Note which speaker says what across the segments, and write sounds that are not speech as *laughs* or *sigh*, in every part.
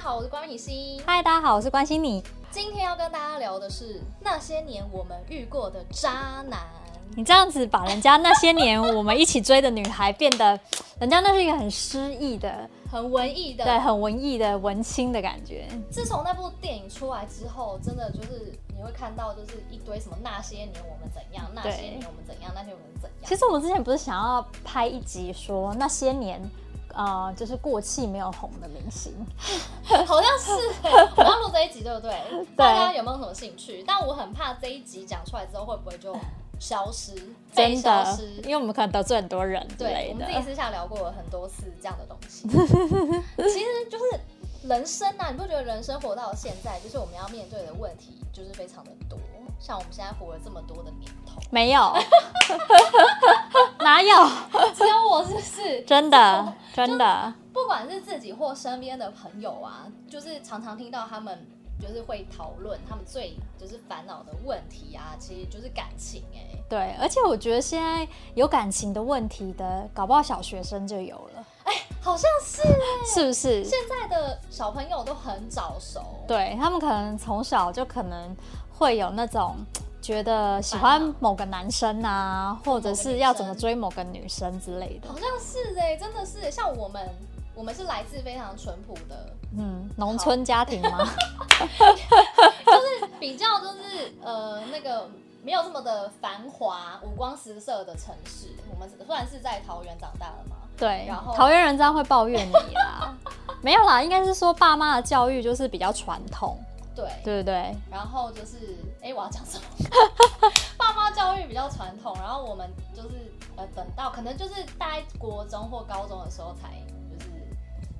Speaker 1: 好，我是关敏熙。
Speaker 2: 嗨，大家好，我是关心你。
Speaker 1: 今天要跟大家聊的是那些年我们遇过的渣男。
Speaker 2: 你这样子把人家那些年我们一起追的女孩变得，人家那是一个很诗意的，
Speaker 1: 很文艺的。
Speaker 2: 对，，很文艺的文青的感觉。
Speaker 1: 自从那部电影出来之后，真的就是你会看到，就是一堆什么那些年我们怎样，那些年我们怎样，那些我们怎样。
Speaker 2: *laughs* 其实我们之前不是想要拍一集说那些年，呃，就是过气没有红的明星。
Speaker 1: 好像是、欸，我要录这一集，对不对？
Speaker 2: *laughs*
Speaker 1: 大家有没有什么兴趣？但我很怕这一集讲出来之后，会不会就消失，被
Speaker 2: 真
Speaker 1: 消
Speaker 2: 的
Speaker 1: 失？，
Speaker 2: 因为我们可能得罪很多人之
Speaker 1: 对，
Speaker 2: 类
Speaker 1: 我们自己
Speaker 2: 的。
Speaker 1: 私下聊过很多次这样的东西。
Speaker 2: *laughs*
Speaker 1: 其实就是人生啊，你不觉得人生活到现在，就是我们要面对的问题就是非常的多。像我们现在活了这么多的年头，
Speaker 2: 没
Speaker 1: *laughs*
Speaker 2: 有，哪有？
Speaker 1: 只有我是不是？*laughs*
Speaker 2: 真的，真的，
Speaker 1: 不管是自己或身边的朋友啊，就是常常听到他们就是会讨论他们最就是烦恼的问题啊，其实就是感情哎、
Speaker 2: 对。而且我觉得现在有感情的问题的，搞不好小学生就有了，
Speaker 1: 好像是
Speaker 2: 是不是？
Speaker 1: 现在的小朋友都很早熟，
Speaker 2: 对他们可能从小就可能会有那种觉得喜
Speaker 1: 烦
Speaker 2: 欢
Speaker 1: 恼
Speaker 2: 某个男生
Speaker 1: 哦
Speaker 2: 啊，或者是要怎么追某个女生之类的
Speaker 1: 好。像是哎、真的是像我们，我们是来自非常淳朴的，
Speaker 2: 嗯，农村家庭
Speaker 1: *laughs*
Speaker 2: 吗？
Speaker 1: 比较就是呃那个没有这么的繁华、五光十色的城市。我们虽然是在桃园长大的嘛，
Speaker 2: 对
Speaker 1: 然后，
Speaker 2: 桃园人这样会抱怨你
Speaker 1: *laughs*
Speaker 2: 啦。没有啦，应该是说爸妈的教育就是比较传统，
Speaker 1: 对，
Speaker 2: 对不对？
Speaker 1: 然后就是哎、我要讲什么？ *laughs* 爸妈教育比较传统，然后我们就是呃等到可能就是大概国中或高中的时候才就是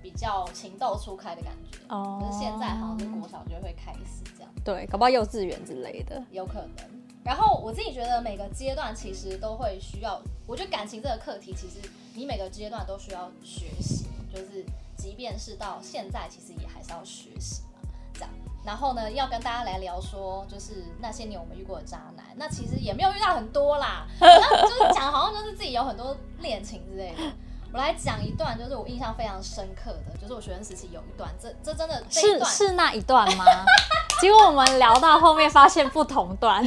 Speaker 1: 比较情窦初开的感觉。
Speaker 2: 哦
Speaker 1: 可是现在好像是国小就会开始这样。
Speaker 2: 对，搞不好幼稚园之类的。
Speaker 1: 有可能。然后我自己觉得每个阶段其实都会需要，我觉得感情这个课题，其实你每个阶段都需要学习，就是即便是到现在，其实也还是要学习嘛，这样。然后呢，要跟大家来聊说，就是那些年我们遇过的渣男，那其实也没有遇到很多啦，那就是讲好像就是自己有很多恋情之类的。我来讲一段，就是我印象非常深刻的，就是我学生时期有一段，这这真的这一
Speaker 2: 是
Speaker 1: 段
Speaker 2: 是那一段吗？ *laughs* 结果我们聊到后面发现不同段，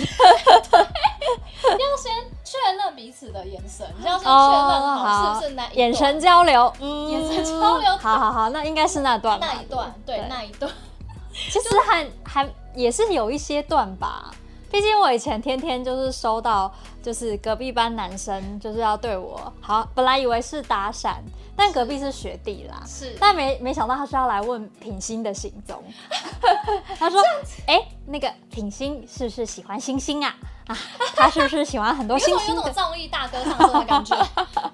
Speaker 1: 要先确认彼此的眼神，要先确认
Speaker 2: 哦
Speaker 1: 好
Speaker 2: 好
Speaker 1: 是不是那一段
Speaker 2: 眼神交流，嗯，
Speaker 1: 眼神交流
Speaker 2: 好好好，那应该是那段吧
Speaker 1: 那一段，对那一
Speaker 2: *laughs*
Speaker 1: 段，
Speaker 2: 其实还还也是有一些段吧。毕竟我以前天天就是收到，就是隔壁班男生就是要对我好，本来以为是搭讪，但隔壁是学弟啦，
Speaker 1: 是
Speaker 2: 但没没想到他是要来问品心的行
Speaker 1: *laughs*
Speaker 2: 踪。他说：“哎、那个品心是不是喜欢星星啊？啊，他是不是喜欢
Speaker 1: *laughs*
Speaker 2: 很多
Speaker 1: 有
Speaker 2: 星
Speaker 1: 种
Speaker 2: 星
Speaker 1: 有种
Speaker 2: 的
Speaker 1: 综艺大哥上身的感
Speaker 2: *laughs*
Speaker 1: 觉，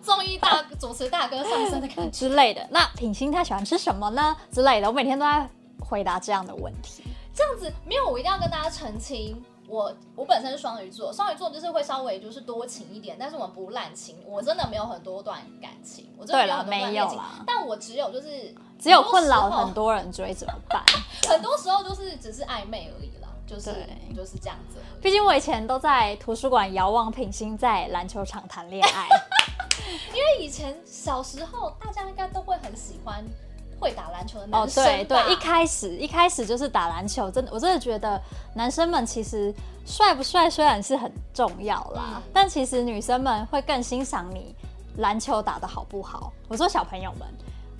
Speaker 1: 综艺大主持大哥上身的感觉。
Speaker 2: 之类的？那品心他喜欢吃什么呢？之类的，我每天都在回答这样的问题。
Speaker 1: 这样子没有，我一定要跟大家澄清。我我本身是双鱼座，双鱼座就是会稍微就是多情一点，但是我们不滥情。我真的没有很多段感情，我真的
Speaker 2: 对啦
Speaker 1: 没有很多段
Speaker 2: 没
Speaker 1: 恋
Speaker 2: 有
Speaker 1: 情
Speaker 2: 啦，
Speaker 1: 但我只有就是
Speaker 2: 只有困
Speaker 1: 很
Speaker 2: 扰
Speaker 1: 多时候
Speaker 2: 很多人追怎么
Speaker 1: *laughs*
Speaker 2: 办？
Speaker 1: 很多时候就是只是暧昧而已啦，就是
Speaker 2: 对
Speaker 1: 就是这样子而已。
Speaker 2: 毕竟我以前都在图书馆遥望品心在篮球场谈恋爱，
Speaker 1: 以前小时候，大家应该都会很喜欢会打篮球的
Speaker 2: 哦
Speaker 1: *laughs* 男，生吧
Speaker 2: 对对，一开始一开始就是打篮球，真的我真的觉得男生们其实帅不帅虽然是很重要啦，
Speaker 1: 嗯
Speaker 2: 但其实女生们会更欣赏你篮球打得好不好。我说小朋友们，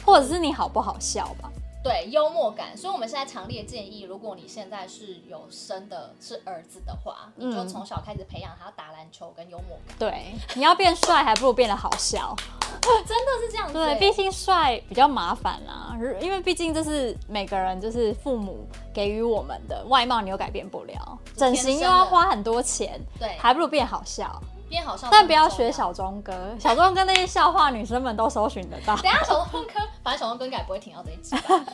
Speaker 2: 或者是你好不好笑吧？
Speaker 1: 对幽默感。所以我们现在强烈建议，如果你现在是有生的是儿子的话，
Speaker 2: 嗯
Speaker 1: 你就从小开始培养他打篮球跟幽
Speaker 2: *laughs*
Speaker 1: 默感，
Speaker 2: 对，你要变帅还不如变得好笑。
Speaker 1: 真的是这样子、
Speaker 2: 对，
Speaker 1: 欸。
Speaker 2: 毕竟帅比较麻烦啦，如因为毕竟这是每个人就是父母给予我们的外貌，你又改变不了，整形又要花很多钱，
Speaker 1: 对，哦
Speaker 2: 还不如变好笑。
Speaker 1: 变好笑，
Speaker 2: 但不要学。小钟哥，小钟哥那些笑话女生们都搜寻得到。
Speaker 1: 等一下小东哥，反正小东哥应该也不会听到这一集
Speaker 2: *laughs*
Speaker 1: 吧。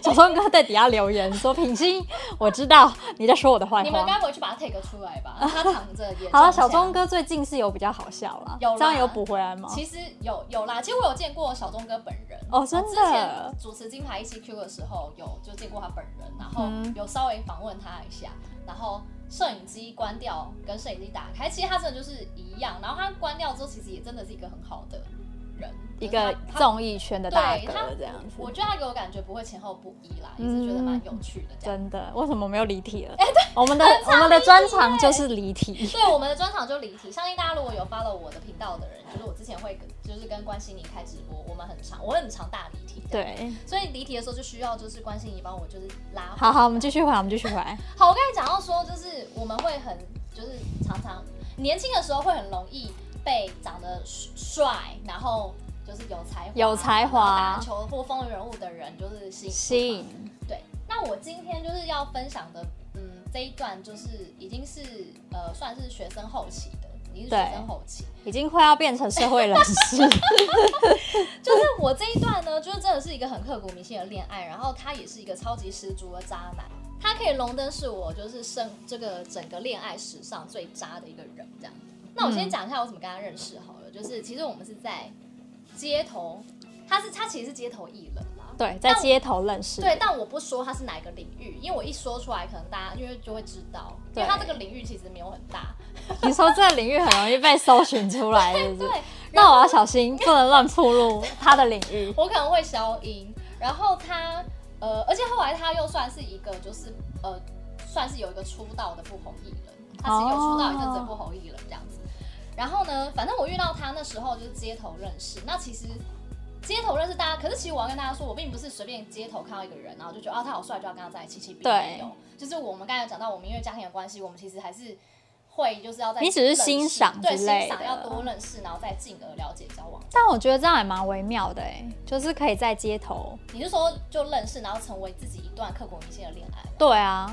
Speaker 2: 小钟哥在底下留言说：“品心，我知道你在说我的坏
Speaker 1: 你们
Speaker 2: 话。
Speaker 1: 该不会去把他 take 出来
Speaker 2: *laughs*
Speaker 1: 吧？他躺着也”
Speaker 2: 好了，小
Speaker 1: 钟
Speaker 2: 钟哥最近是有比较好笑啦，
Speaker 1: 有啦
Speaker 2: 这样有补回来吗？
Speaker 1: 其实有有啦，其实我有见过小钟哥本人
Speaker 2: 哦真的
Speaker 1: 我之前主持金牌 ECQ 的时候有就见过他本人，然后
Speaker 2: 嗯
Speaker 1: 有稍微访问他一下，然后摄影机关掉跟摄影机打开，其实他真的就是一样。然后他关掉之后，其实也真的是一个很好的人，
Speaker 2: 一
Speaker 1: 就是
Speaker 2: 个
Speaker 1: 他他
Speaker 2: 综艺圈的大
Speaker 1: 对他
Speaker 2: 哥这样子。
Speaker 1: 我觉得他给我感觉不会前后不一啦，也是觉得蛮有趣的这样。
Speaker 2: 真的，为什么没有离题了？哎、对，我们的我们的专长就是离题。
Speaker 1: 对我们的专场就离题，相信大家如果有 follow 我的频道的人，就是我之前会跟就是跟关心你开直播，我们很常我很常大离题，，
Speaker 2: *laughs* 对，
Speaker 1: 所以离题的时候就需要就是关心你帮我就是拉回
Speaker 2: 好好，我们继续回来，我们继续回来。
Speaker 1: 好，我刚才讲到说，就是我们会很，就是常常年轻的时候会很容易被长得帅，然后就是有才华、
Speaker 2: 有才华
Speaker 1: 然后打篮球或风云人物的人，就是吸引
Speaker 2: 吸
Speaker 1: 住嘛。
Speaker 2: 引，
Speaker 1: 对，那我今天就是要分享的，嗯，这一段就是已经是呃，算是学生后期的，已经是学
Speaker 2: 对
Speaker 1: 生后期。
Speaker 2: 已经快要变成社会人士。
Speaker 1: 就是我这一段呢，就是真的是一个很刻骨铭心的恋爱，然后他也是一个超级十足的渣男，他可以荣登是我就是生这个整个恋爱史上最渣的一个人这样。那我
Speaker 2: 嗯
Speaker 1: 先讲一下我怎么跟他认识好了，就是其实我们是在街头，他是他其实是街头艺人啦，
Speaker 2: *laughs* 对，在街头认识。
Speaker 1: 对，但我不说他是哪个领域，因为我一说出来，可能大家因为就会知道，因为
Speaker 2: 对
Speaker 1: 他这个领域其实没有很大，
Speaker 2: 你说这个领域很容易被搜寻出来，是 *laughs* 不是？
Speaker 1: 对，
Speaker 2: 那我要小 *laughs* 心，不能乱铺路他的领域。
Speaker 1: 我可能会消音。然后他呃，而且后来他又算是一个就是呃，算是有一个出道的不红艺人，他是有出道一阵子的不红艺人这样子。然后呢，反正我遇到他那时候就是街头认识，那其实。街头认识大家，可是其实我要跟大家说，我并不是随便街头看到一个人，然后就觉得啊他好帅就要跟他在一起，其实并没有。就是我们刚才有讲到，我们因为家庭的关系，我们其实还是会就是要在
Speaker 2: 你只是
Speaker 1: 认识
Speaker 2: 欣赏
Speaker 1: 对
Speaker 2: 之
Speaker 1: 欣
Speaker 2: 类
Speaker 1: 赏
Speaker 2: 的
Speaker 1: 要多认识，然后再进而了解交往。
Speaker 2: 但我觉得这样也蛮微妙的、欸，就是可以在街头。
Speaker 1: 你是说就认识，然后成为自己一段刻骨铭心的恋爱？
Speaker 2: 对啊，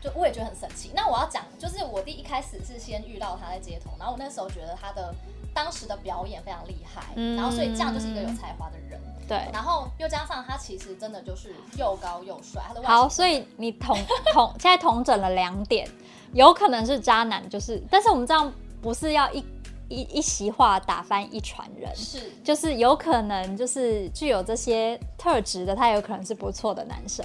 Speaker 1: 就我也觉得很神奇。那我要讲，就是我第一开始是先遇到他在街头，然后我那时候觉得他的当时的表演非常厉害，
Speaker 2: 嗯
Speaker 1: 然后所以这样就是一个有才华的人，
Speaker 2: 对。
Speaker 1: 然后又加上他其实真的就是又高又帅，他的外
Speaker 2: 好，
Speaker 1: 形
Speaker 2: 所以你 *laughs* 统统现在统整了两点，有可能是渣男，就是，但是我们这样不是要一一一席话打翻一船人，
Speaker 1: 是
Speaker 2: 就是有可能就是具有这些特质的，他有可能是不错的男生，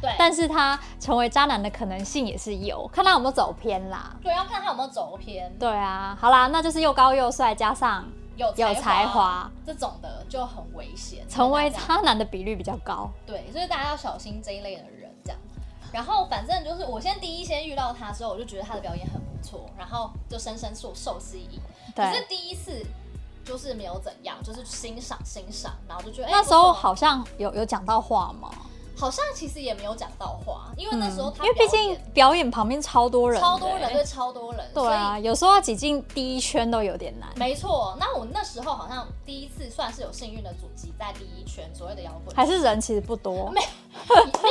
Speaker 1: 对，
Speaker 2: 但是他成为渣男的可能性也是有，看他有没有走偏啦。
Speaker 1: 对要看他有没有走偏，
Speaker 2: 对啊，好啦，那就是又高又帅，加上
Speaker 1: 有
Speaker 2: 有才
Speaker 1: 才
Speaker 2: 华，
Speaker 1: 这种的就很危险，
Speaker 2: 成为
Speaker 1: 大家
Speaker 2: 渣男的比率比较高。
Speaker 1: 对，所以大家要小心这一类的人这样。然后反正就是我先第一先遇到他之后，我就觉得他的表演很不错，然后就深深受受吸引。可是
Speaker 2: 对，
Speaker 1: 第一次就是没有怎样，就是欣赏欣赏，然后就觉得、哎
Speaker 2: 那时候
Speaker 1: 不错
Speaker 2: 好像有有讲到话吗？
Speaker 1: 好像其实也没有讲到话，因为那时候他、
Speaker 2: 嗯因为毕竟表演旁边超多人的欸，
Speaker 1: 超多人，对，超多人，
Speaker 2: 对啊，有时候要挤进第一圈都有点难
Speaker 1: 所以。没错。那我那时候好像第一次算是有幸运的组集在第一圈所谓的摇滚圈，
Speaker 2: 还是人其实不多，
Speaker 1: 没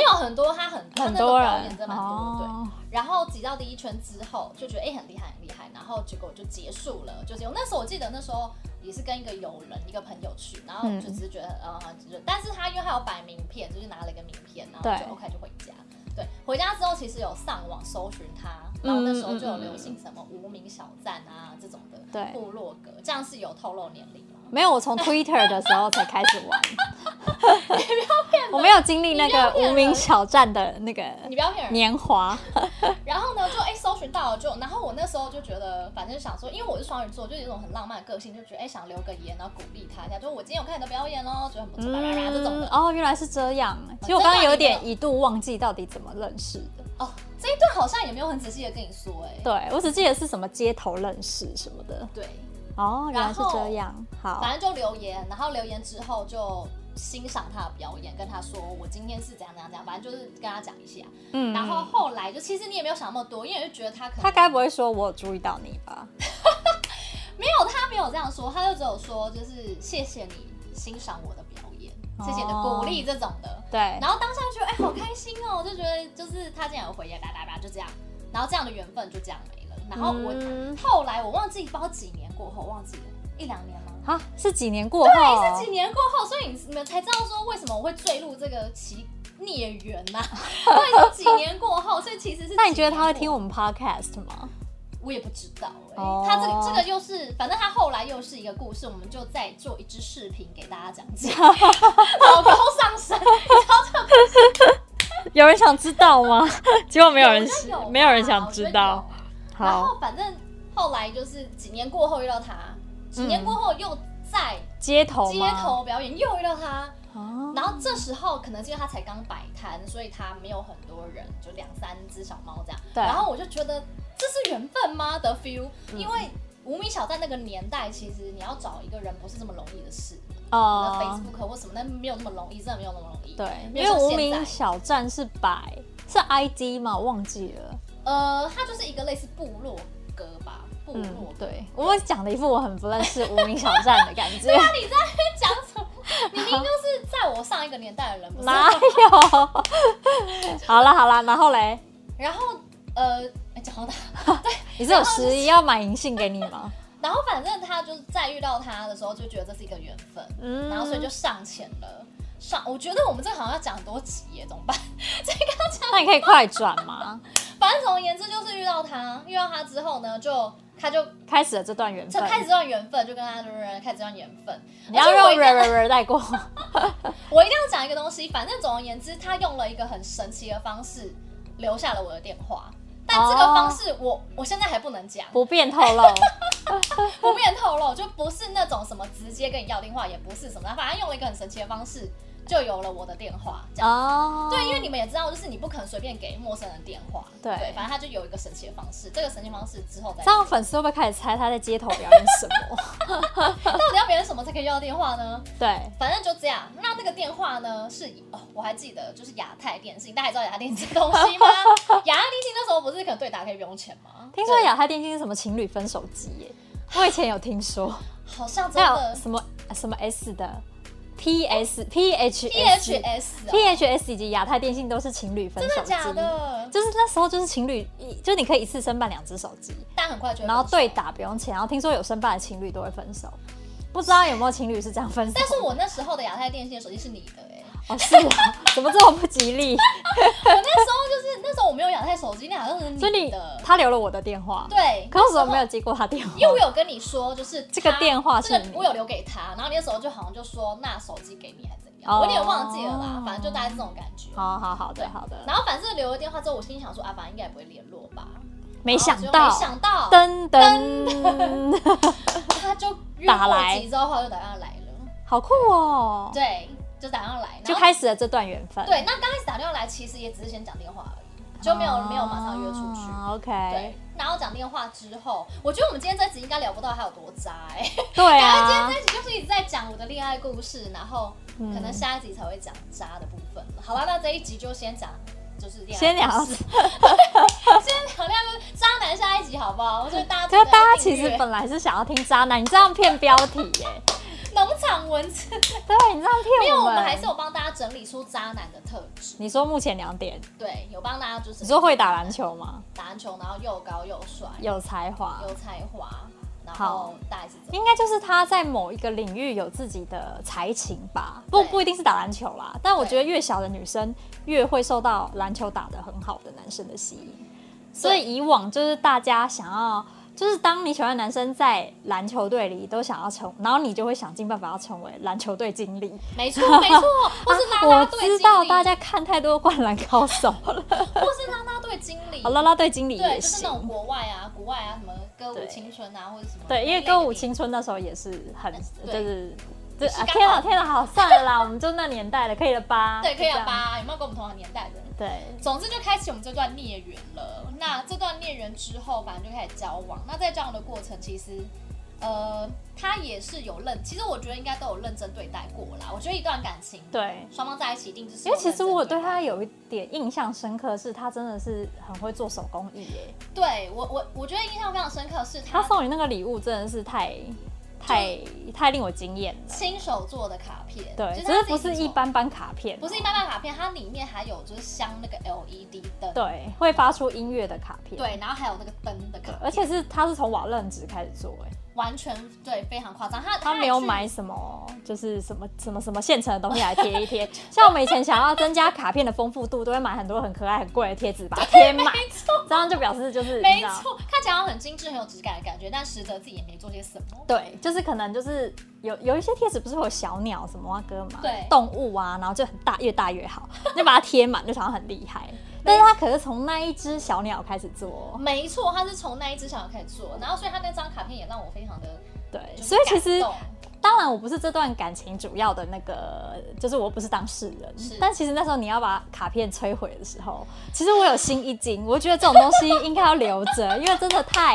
Speaker 1: 有很多，他很他
Speaker 2: 很
Speaker 1: 那
Speaker 2: 多
Speaker 1: 个表
Speaker 2: 人
Speaker 1: 演真的蛮多，对。，然后挤到第一圈之后，就觉得哎、诶很厉害很厉害，然后结果就结束了。就是哦有那时候我记得那时候也是跟一个友人一个朋友去，然后
Speaker 2: 嗯
Speaker 1: 就只是觉得呃，就但是他因为他有摆名片，就是拿了一个名片，然后
Speaker 2: 对
Speaker 1: 就 OK 就回家。对，回家之后其实有上网搜寻他，然后那时候就有流行什么无名小站啊这种的，
Speaker 2: 对
Speaker 1: 部落格这样是有透露年龄吗？
Speaker 2: 没有，我从 Twitter 的时候才开始玩。我没有经历那个无名小站的那个
Speaker 1: 你不要骗人，
Speaker 2: 年华，
Speaker 1: 然后呢，就哎、搜寻到了就，然后我那时候就觉得，反正想说，因为我是双鱼座，就有一种很浪漫的个性，就觉得哎、想留个言，然后鼓励他一下，就我今天有看你的表演哦，觉得很不错，叭叭叭这种
Speaker 2: 嗯
Speaker 1: 的。，
Speaker 2: 哦，原来是这样。其实我刚刚有点一度忘记到底怎么认识的，
Speaker 1: 哦，这一段好像也没有很仔细的跟你说哎、
Speaker 2: 对我只记得是什么街头认识什么的。
Speaker 1: 对，
Speaker 2: 哦，原来是
Speaker 1: 然后
Speaker 2: 这样。好，
Speaker 1: 反正就留言，然后留言之后就欣赏他的表演，跟他说我今天是怎样怎样怎样，反正就是跟他讲一下。
Speaker 2: 嗯
Speaker 1: 然后后来就其实你也没有想那么多，因为就觉得他可能
Speaker 2: 他该不会说我有注意到你吧？
Speaker 1: 没有，他没有这样说，他就只有说就是谢谢你欣赏我的表演，谢谢你的鼓
Speaker 2: 哦
Speaker 1: 励这种的。
Speaker 2: 对，
Speaker 1: 然后当下就觉得哎、好开心哦，就觉得就是他竟然有回应，叭叭叭就这样，然后这样的缘分就这样没了。然后我、
Speaker 2: 嗯
Speaker 1: 后来我忘记不知道几年过后，忘记了一两年吗？
Speaker 2: 啊，是几年过后
Speaker 1: 是几年过后，所以你你们才知道说为什么我会坠入这个奇孽缘呐、为什么几年过后，所以其实是
Speaker 2: 那你觉得他会
Speaker 1: 几年
Speaker 2: 听我
Speaker 1: 过后？
Speaker 2: 们 podcast 吗？
Speaker 1: 我也不知道哎、
Speaker 2: 哦
Speaker 1: 他这个这个又是，反正他后来又是一个故事，我们就再做一支视频给大家讲
Speaker 2: *laughs*
Speaker 1: 解，好高上升。
Speaker 2: 有人想知道吗？ *laughs* 结果没有人
Speaker 1: 我觉得，有
Speaker 2: 没有人
Speaker 1: 吧
Speaker 2: 想知道。。
Speaker 1: 我觉得有然
Speaker 2: 好，
Speaker 1: 后反正后来就是几年过后遇到他，几年过后又在
Speaker 2: 街头
Speaker 1: 街
Speaker 2: 吗
Speaker 1: 头表演又遇到他，
Speaker 2: 哦
Speaker 1: 然后这时候可能是因为他才刚摆摊，所以他没有很多人，就两三只小猫这样。
Speaker 2: 对嗯
Speaker 1: 然后我就觉得这是缘分吗的 feel，、因为无名小站那个年代，其实你要找一个人不是这么容易的事。那
Speaker 2: 哦，
Speaker 1: Facebook 或什么，那没有那么容易，真的没有那么容易。
Speaker 2: 对，
Speaker 1: 没
Speaker 2: 因
Speaker 1: 有像
Speaker 2: 为无
Speaker 1: 现
Speaker 2: 名
Speaker 1: 在
Speaker 2: 小站是百是 ID 嘛，我忘记了。
Speaker 1: 呃，它就是一个类似部落格吧，部落
Speaker 2: 嗯
Speaker 1: 格。，
Speaker 2: 对，我讲了一副我很不认识无名小站的感
Speaker 1: *laughs*
Speaker 2: 觉，
Speaker 1: 讲什么？你明明就是在我上一个年代的人，不是？
Speaker 2: 哪有？ *laughs* 好啦好啦，然后嘞，
Speaker 1: 然后呃，哎讲到哪？
Speaker 2: 你是有十一要买银杏给你吗？
Speaker 1: 然后反正他就是再遇到他的时候，就觉得这是一个缘分，
Speaker 2: 嗯，
Speaker 1: 然后所以就上前了。上，我觉得我们这个好像要讲很多集耶，怎么办？
Speaker 2: 那你可以快转吗？
Speaker 1: 反正总而言之就是遇到他，遇到他之后呢，就他就
Speaker 2: 开始了这段缘
Speaker 1: 就
Speaker 2: 分，
Speaker 1: 开始这段缘分，就跟他就是开始这段缘分。
Speaker 2: 你要
Speaker 1: 而且我
Speaker 2: 让
Speaker 1: 一定要
Speaker 2: re re re 带过， *laughs*
Speaker 1: 我一定要讲一个东西，反正总而言之，他用了一个很神奇的方式留下了我的电话，但这个
Speaker 2: 哦
Speaker 1: 方式我、我现在还不能讲，
Speaker 2: 不便透
Speaker 1: *laughs*
Speaker 2: 露。
Speaker 1: 不便透露，就不是那种什么直接跟你要电话，也不是什么，反正用了一个很神奇的方式就有了我的电话，这样。
Speaker 2: 哦，
Speaker 1: 对，因为你们也知道，就是你不可能随便给陌生人电话。
Speaker 2: 对
Speaker 1: 反正他就有一个神奇的方式，这个神奇方式之后再
Speaker 2: 这样粉丝会不会开始猜他在街头表演什么？
Speaker 1: *laughs* 到底要别人什么才可以要电话呢？
Speaker 2: 对，
Speaker 1: 反正就这样。那那个电话呢是哦，我还记得就是亚太电信，大家还知道亚太电信这东西
Speaker 2: *laughs*
Speaker 1: 吗？亚太电信那时候不是可能对打可以不用钱吗？
Speaker 2: 听说
Speaker 1: 对
Speaker 2: 亚太电信是什么情侣分手机耶？我以前有听说，
Speaker 1: 好像真
Speaker 2: 那有
Speaker 1: 的哦
Speaker 2: 什么什么 S 的 PS PHS
Speaker 1: PHS 哦，
Speaker 2: PHS 以及亚太电信都是情侣分
Speaker 1: 真
Speaker 2: 手
Speaker 1: 的
Speaker 2: 机，
Speaker 1: 假的？
Speaker 2: 就是那时候就是情侣，一就是你可以一次申办两只手机，
Speaker 1: 但很快就会
Speaker 2: 然后
Speaker 1: 分手
Speaker 2: 对。打不用钱，然后听说有申办的情侣都会分手，不知道有没有情侣是这样分手？
Speaker 1: 但是我那时候的亚太电信的手机是你的哎、
Speaker 2: 哦是啊， *laughs* 怎么这么不吉
Speaker 1: *laughs*
Speaker 2: 利？
Speaker 1: 我那时候就是那时候我没有亚太手机，那好像是
Speaker 2: 所以你
Speaker 1: 的。
Speaker 2: 他留了我的电话，
Speaker 1: 对，
Speaker 2: 可是我怎么没
Speaker 1: 有？
Speaker 2: 有接过他电话？
Speaker 1: 因为我有跟你说，就是
Speaker 2: 这个
Speaker 1: 他
Speaker 2: 电话是
Speaker 1: 这个
Speaker 2: 你
Speaker 1: 我有留给他，然后那时候就好像就说那手机给你还是怎样，
Speaker 2: 哦
Speaker 1: 我有点忘记了啦，反正就大概这种感觉。
Speaker 2: 好好好的好的，
Speaker 1: 然后反正留了电话之后，我心里想说啊，反正应该也不会联络吧。
Speaker 2: 没想
Speaker 1: 然
Speaker 2: 到
Speaker 1: 后就没想到，*laughs*
Speaker 2: 噔噔，
Speaker 1: 他就约
Speaker 2: 打
Speaker 1: 过
Speaker 2: 来
Speaker 1: 几周后就打电话来了，
Speaker 2: 好酷哦！
Speaker 1: 对，就打电话来，然后
Speaker 2: 就开始了这段缘分，，
Speaker 1: 对。那刚开始打电话来，其实也只是先讲电话而已，就没有没有马上约出
Speaker 2: 啊
Speaker 1: 去。对
Speaker 2: 哦 OK，，
Speaker 1: 然后讲电话之后，我觉得我们今天这集应该聊不到他有多渣、欸，
Speaker 2: 对
Speaker 1: 感觉
Speaker 2: 啊
Speaker 1: 今，天这集就是一直在讲我的恋爱故事，然后
Speaker 2: 嗯
Speaker 1: 可能下一集才会讲渣的部分。好吧，那这一集就先讲就是恋爱故事，
Speaker 2: 先聊
Speaker 1: 先聊恋爱故事渣男下一集好不好？我觉得大家
Speaker 2: 可是
Speaker 1: 真的要
Speaker 2: 嗯大
Speaker 1: 订
Speaker 2: 家其
Speaker 1: 阅
Speaker 2: 实本来是想要听渣男，你这样骗标题耶、
Speaker 1: *laughs* 农场文
Speaker 2: *laughs*
Speaker 1: 字，
Speaker 2: 对，你这样
Speaker 1: 因为
Speaker 2: 骗
Speaker 1: 我
Speaker 2: 我
Speaker 1: 们
Speaker 2: 们。
Speaker 1: 还是有帮大家整理出渣男的特质，
Speaker 2: 你说目前两点，
Speaker 1: 对，有帮大家就是
Speaker 2: 你说会打篮球吗？
Speaker 1: 打篮球，然后又高又帅，
Speaker 2: 有才华，
Speaker 1: 有才华，然
Speaker 2: 好
Speaker 1: 后大概是
Speaker 2: *laughs*
Speaker 1: 这样。
Speaker 2: 应该就是他在某一个领域有自己的才情吧，不
Speaker 1: 对
Speaker 2: 不一定是打篮球啦，但我
Speaker 1: 对
Speaker 2: 觉得越小的女生越会受到篮球打得很好的男生的吸引，所以以往就是大家想要。就是当你喜欢的男生在篮球队里都想要成，然后你就会想尽办法要成为篮球队经理。
Speaker 1: 没错，没错，或是
Speaker 2: 啊
Speaker 1: 拉拉
Speaker 2: 我
Speaker 1: 队
Speaker 2: 知道大家看太多《灌篮高手》
Speaker 1: *laughs*
Speaker 2: 了，
Speaker 1: 或是拉拉队经理
Speaker 2: 好，啦啦队经理
Speaker 1: 对，
Speaker 2: 也
Speaker 1: 就是那种
Speaker 2: 行。
Speaker 1: 国外啊、国外啊，什么歌舞
Speaker 2: 对
Speaker 1: 青春啊，或者什么
Speaker 2: 对，因
Speaker 1: 那
Speaker 2: 为
Speaker 1: 类的
Speaker 2: 歌
Speaker 1: 电
Speaker 2: 舞
Speaker 1: 影
Speaker 2: 青春那时候也是很，就
Speaker 1: 对
Speaker 2: 是，对
Speaker 1: 是
Speaker 2: 啊，
Speaker 1: 刚
Speaker 2: 天啊
Speaker 1: 好
Speaker 2: 天啊，好，算了啦，我 *laughs* 们就那年代了，可以了吧？
Speaker 1: 对，可以
Speaker 2: 就
Speaker 1: 了
Speaker 2: 这样？
Speaker 1: 吧？有没有跟我们同样年代的？人？
Speaker 2: 对，
Speaker 1: 总之就开启我们这段孽缘了。那这段孽缘之后，反正就开始交往。那在交往的过程，其实，呃，他也是有认，其实我觉得应该都有认真对待过啦。我觉得一段感情，
Speaker 2: 对，
Speaker 1: 双方在一起一定就是
Speaker 2: 因为其实我对
Speaker 1: 有认真
Speaker 2: 他有一点印象深刻，是他真的是很会做手工艺耶。
Speaker 1: 对待对我我我觉得印象非常深刻是
Speaker 2: 他
Speaker 1: 他
Speaker 2: 送你那个礼物真的是太太太令我惊艳了。
Speaker 1: 亲手做的卡片，
Speaker 2: 对，
Speaker 1: 就
Speaker 2: 只
Speaker 1: 他
Speaker 2: 是
Speaker 1: 自己
Speaker 2: 不是
Speaker 1: 亲手
Speaker 2: 一，般般卡片哦，
Speaker 1: 不是一般般卡片，它里面还有就是镶那个 LED 灯，
Speaker 2: 对，会发出音乐的卡片。
Speaker 1: 对，然后还有那个灯的卡
Speaker 2: 对，
Speaker 1: 片，
Speaker 2: 而且是他是从瓦楞纸开始做哎。
Speaker 1: 完全对非常夸张。他
Speaker 2: 他
Speaker 1: 还
Speaker 2: 没有
Speaker 1: 去
Speaker 2: 买什么，就是什么什么什么现成的东西来贴一贴。 *laughs* 像我们以前想要增加卡片的丰富度，都会买很多很可爱、很贵的贴纸，把它贴满，这样就表示就是你
Speaker 1: 没
Speaker 2: 知道
Speaker 1: 错，看起来好像很精致、很有质感的感觉，但实则自己也没做些什么。
Speaker 2: 对，就是可能就是有有一些贴纸不是会有小鸟什么啊歌嘛，
Speaker 1: 对
Speaker 2: 动物啊，然后就很大，越大越好，就把它贴满，就想要很厉害。但是他可是从那一只小鸟开始做哦，
Speaker 1: 没错，他是从那一只小鸟开始做，然后所以他那张卡片也让我非常的
Speaker 2: 对，
Speaker 1: 就是
Speaker 2: 所以其实
Speaker 1: 感动
Speaker 2: 当然，我不是这段感情主要的那个，就是我不是当事人
Speaker 1: 是。
Speaker 2: 但其实那时候你要把卡片摧毁的时候，其实我有心一惊，我觉得这种东西应该要留着，因为真的太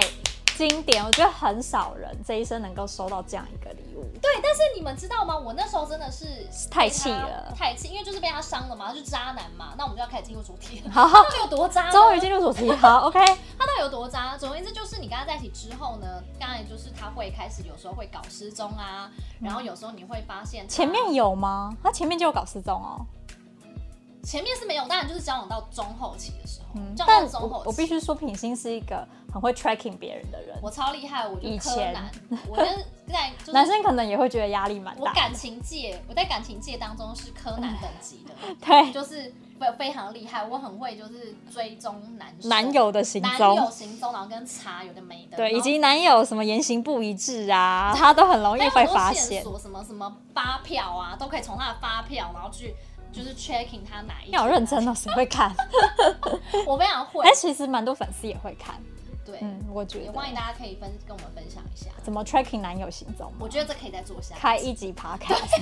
Speaker 2: 经典，我觉得很少人这一生能够收到这样一个礼物。
Speaker 1: 对， *laughs* 但是你们知道吗？我那时候真的是
Speaker 2: 太
Speaker 1: 被他
Speaker 2: 气了
Speaker 1: 太气，因为就是被他伤了嘛，他是渣男嘛。那我们就要开始进入主题了，
Speaker 2: *laughs* 好，
Speaker 1: 他到底有多渣呢？
Speaker 2: 终于进入主题，
Speaker 1: *laughs*
Speaker 2: 好，OK，啊
Speaker 1: 他到底有多渣？总而言之，就是你跟他在一起之后呢，当然就是他会开始有时候会搞失踪啊，然后有时候你会发现他
Speaker 2: 前面有吗？他前面就有搞失踪哦。
Speaker 1: 前面是没有，当然就是交往到中后期的时候，
Speaker 2: 嗯
Speaker 1: 交往
Speaker 2: 但
Speaker 1: 到中后
Speaker 2: 我
Speaker 1: 期，
Speaker 2: 我必须说，品心是一个很会 tracking 别人的人，
Speaker 1: 我超厉害，我就
Speaker 2: 以
Speaker 1: 柯
Speaker 2: 前
Speaker 1: 南，我就是在就是
Speaker 2: 男生可能也会觉得压力蛮
Speaker 1: 我
Speaker 2: 大。
Speaker 1: 感情界，我在感情界当中是柯南等级的，
Speaker 2: 对，
Speaker 1: 就是非非常厉害，我很会就是追踪男生
Speaker 2: 男友的行
Speaker 1: 男友
Speaker 2: 踪，
Speaker 1: 行踪，然后跟查有的没的，
Speaker 2: 对，
Speaker 1: 然后
Speaker 2: 以及男友什么言行不一致啊，他都很容易
Speaker 1: 还有
Speaker 2: 会
Speaker 1: 很
Speaker 2: 发
Speaker 1: 多线
Speaker 2: 现。
Speaker 1: 索，什么什么发票啊，都可以从他的发票，然后去就是 checking 他哪一
Speaker 2: 你好认真哦，谁会
Speaker 1: *laughs*
Speaker 2: 看？
Speaker 1: 天啊，我非常会
Speaker 2: 哎，，其实蛮多粉丝也会看，
Speaker 1: 对，
Speaker 2: 嗯，我觉
Speaker 1: 也
Speaker 2: 得
Speaker 1: 欢迎大家可以分跟我们分享一下。
Speaker 2: 怎么 tracking 男友行踪吗，
Speaker 1: 我觉得这可以再做下去
Speaker 2: 开一集 podcast，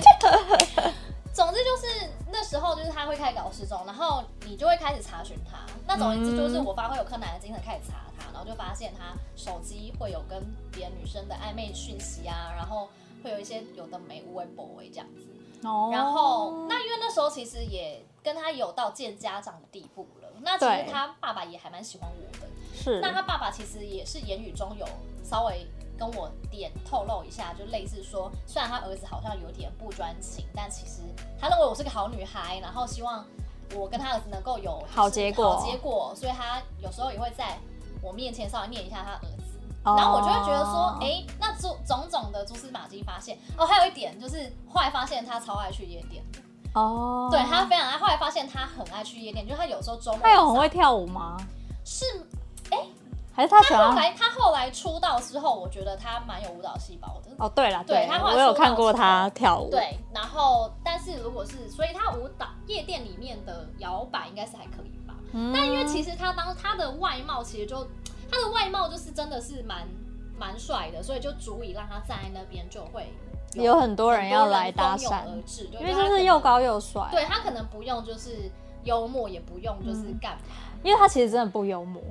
Speaker 1: 总之就是那时候就是他会开始搞失踪，然后你就会开始查询他。那总而言之就是我发挥有柯南的精神开始查他，然后就发现他手机会有跟别的女生的暧昧讯息啊，然后会有一些有的没微博这样子。
Speaker 2: 哦
Speaker 1: 然后那因为那时候其实也跟他有到见家长的地步了，那其
Speaker 2: 对
Speaker 1: 实他爸爸也还蛮喜欢我的。
Speaker 2: 是
Speaker 1: 那他爸爸其实也是言语中有稍微跟我点透露一下，就类似说，虽然他儿子好像有点不专情，但其实他认为我是个好女孩，然后希望我跟他儿子能够有
Speaker 2: 好结果
Speaker 1: 好结果，所以他有时候也会在我面前稍微念一下他儿子。
Speaker 2: 哦
Speaker 1: 然后我就会觉得说，哎、那种种种的蛛丝马迹发现哦，还有一点就是，后来发现他超爱去夜店，
Speaker 2: 哦，
Speaker 1: 对他非常爱。后来发现他很爱去夜店，就是他有时候周末
Speaker 2: 他有很会跳舞吗？
Speaker 1: 是
Speaker 2: 还是他喜
Speaker 1: 他后
Speaker 2: 欢？
Speaker 1: 来他后来出道之后，我觉得他蛮有舞蹈细胞的。
Speaker 2: 哦，对了，
Speaker 1: 对他后来
Speaker 2: 我有
Speaker 1: 出道
Speaker 2: 看过
Speaker 1: 之
Speaker 2: 他
Speaker 1: 后
Speaker 2: 跳舞，，
Speaker 1: 对，然后但是如果是，所以他舞蹈夜店里面的摇摆应该是还可以吧。
Speaker 2: 但
Speaker 1: 因为其实他当他的外貌其实就他的外貌就是真的是蛮蛮帅的，所以就足以让他站在那边就会
Speaker 2: 有很多人要来搭
Speaker 1: 蜂拥
Speaker 2: 讪，
Speaker 1: 而至，对
Speaker 2: 因为
Speaker 1: 他
Speaker 2: 就
Speaker 1: 可
Speaker 2: 是
Speaker 1: 能
Speaker 2: 又高又帅，
Speaker 1: 对他可能不用就是幽默，也不用就是
Speaker 2: 嗯
Speaker 1: 干嘛。
Speaker 2: 因为他其实真的不幽默，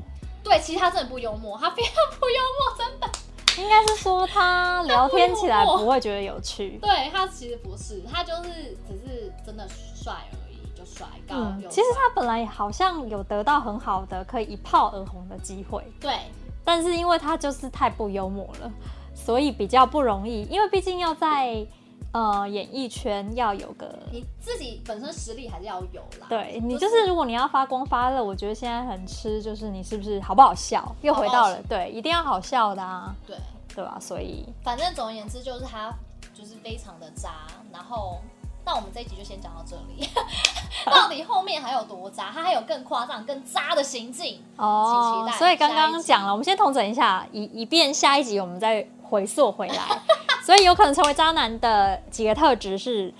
Speaker 1: 对，其实他真的不幽默，他非常不幽默，真的。
Speaker 2: 应该是说他聊天起来不会觉得有 *laughs* 趣。
Speaker 1: 对他其实不是，他就是只是真的帅而已，就帅高
Speaker 2: 嗯，
Speaker 1: 又帅。
Speaker 2: 其实他本来好像有得到很好的可以一炮而红的机会，
Speaker 1: 对
Speaker 2: 但是因为他就是太不幽默了，所以比较不容易。因为毕竟要在呃演艺圈要有个，
Speaker 1: 你自己本身实力还是要有啦。
Speaker 2: 对你就是如果你要发光发热，我觉得现在很吃就是你是不是好不好笑，又回到
Speaker 1: 好不好
Speaker 2: 了对，一定要好笑的啊，
Speaker 1: 对，
Speaker 2: 对吧？所以
Speaker 1: 反正总而言之就是他就是非常的渣，然后。那我们这一集就先讲到这里，
Speaker 2: *laughs*
Speaker 1: 到底后面还有多渣？他还有更夸张、更渣的行径，
Speaker 2: 哦
Speaker 1: 请期，待
Speaker 2: 所以刚
Speaker 1: 下
Speaker 2: 刚
Speaker 1: 一集
Speaker 2: 讲了，我们先统整一下，以以便下一集我们再回溯回来。 *laughs* 所以有可能成为渣男的几个特质是，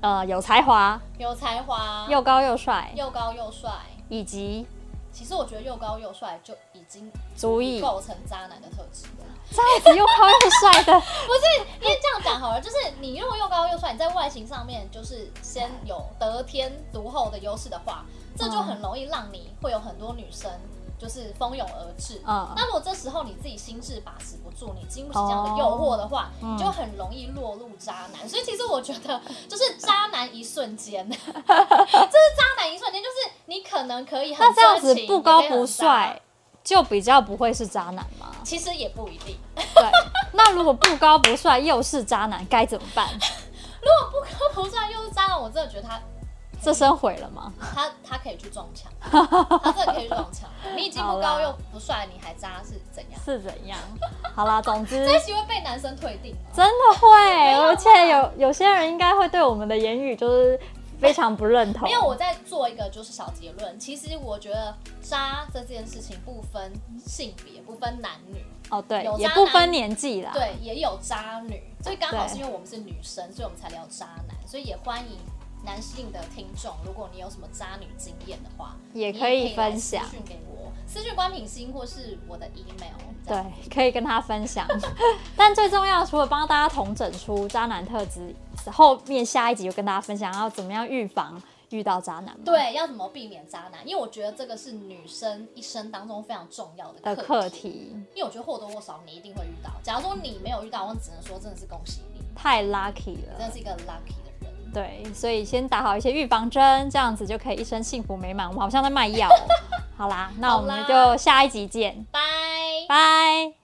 Speaker 2: 呃，有才华、
Speaker 1: 有才华，
Speaker 2: 又高又帅，
Speaker 1: 又高又帅。
Speaker 2: 以及
Speaker 1: 其实我觉得又高又帅就已经
Speaker 2: 足以
Speaker 1: 构成渣男的特质了。
Speaker 2: 这样子又高又帅的， *laughs*
Speaker 1: 因为这样讲好了，就是你如果又高又帅，你在外形上面就是先有得天独厚的优势的话，这就很容易让你会有很多女生就是蜂拥而至。
Speaker 2: 嗯，
Speaker 1: 那如果这时候你自己心智把持不住，你经不起这样的诱惑的话，
Speaker 2: 嗯
Speaker 1: 你就很容易落入渣男。所以其实我觉得，就是渣男一瞬
Speaker 2: *laughs*
Speaker 1: 间，就是渣男一瞬间，就是你可能可以很
Speaker 2: 那这样
Speaker 1: 专
Speaker 2: 子
Speaker 1: 情
Speaker 2: 不高
Speaker 1: 也可以
Speaker 2: 不
Speaker 1: 很渣
Speaker 2: 帅，，就比较不会是渣男吗？
Speaker 1: 其实也不一定。
Speaker 2: 对。 *laughs* 那如果不高不帅又是渣男，该怎么办？
Speaker 1: 不高不帅又是渣男，我真的觉得他
Speaker 2: 这生毁了吗？
Speaker 1: 他他可以去撞
Speaker 2: *laughs*
Speaker 1: 墙，他真的可以去撞墙。你已经不
Speaker 2: 好
Speaker 1: 高
Speaker 2: 啦
Speaker 1: 又不帅，你还渣 *laughs* 是怎样？
Speaker 2: 是怎样？好啦，总之
Speaker 1: 这一集会被男生退订吗？
Speaker 2: 真的会，
Speaker 1: 有
Speaker 2: 而且有有些人应该会对我们的言语就是非常不认同。
Speaker 1: 没有，我在做一个就是小结论。其实我觉得渣这件事情不分性别，不分男女，
Speaker 2: 哦，对
Speaker 1: 有，渣
Speaker 2: 也
Speaker 1: 男
Speaker 2: 不分年纪啦。
Speaker 1: 对，也有渣女。所以刚好
Speaker 2: 对
Speaker 1: 是因为我们是女生，所以我们才聊渣男。所以也欢迎男性的听众，如果你有什么渣女经验的话，
Speaker 2: 也
Speaker 1: 你
Speaker 2: 可以
Speaker 1: 来
Speaker 2: 分享
Speaker 1: 私讯给我。私讯关品心或是我的 email 这
Speaker 2: 对
Speaker 1: 样。，
Speaker 2: 可以跟他分享。 *laughs* 但最重要，除了帮大家统整出渣男特质，后面下一集就跟大家分享要怎么样预防遇到渣男嘛
Speaker 1: 对，要怎么避免渣男？因为我觉得这个是女生一生当中非常重要的
Speaker 2: 的
Speaker 1: 课
Speaker 2: 课题。
Speaker 1: 因为我觉得或多或少你一定会遇到。假如说你没有遇到，我只能说真的是恭喜你，你
Speaker 2: 太 lucky
Speaker 1: 真
Speaker 2: 了
Speaker 1: 的，是一个 lucky 的人。
Speaker 2: 对，所以先打好一些预防针，这样子就可以一生幸福
Speaker 1: *laughs*
Speaker 2: 美满。我们好像在卖药哦、好啦，那我
Speaker 1: 好
Speaker 2: 们
Speaker 1: 啦
Speaker 2: 就下一集见，
Speaker 1: 拜。
Speaker 2: 拜。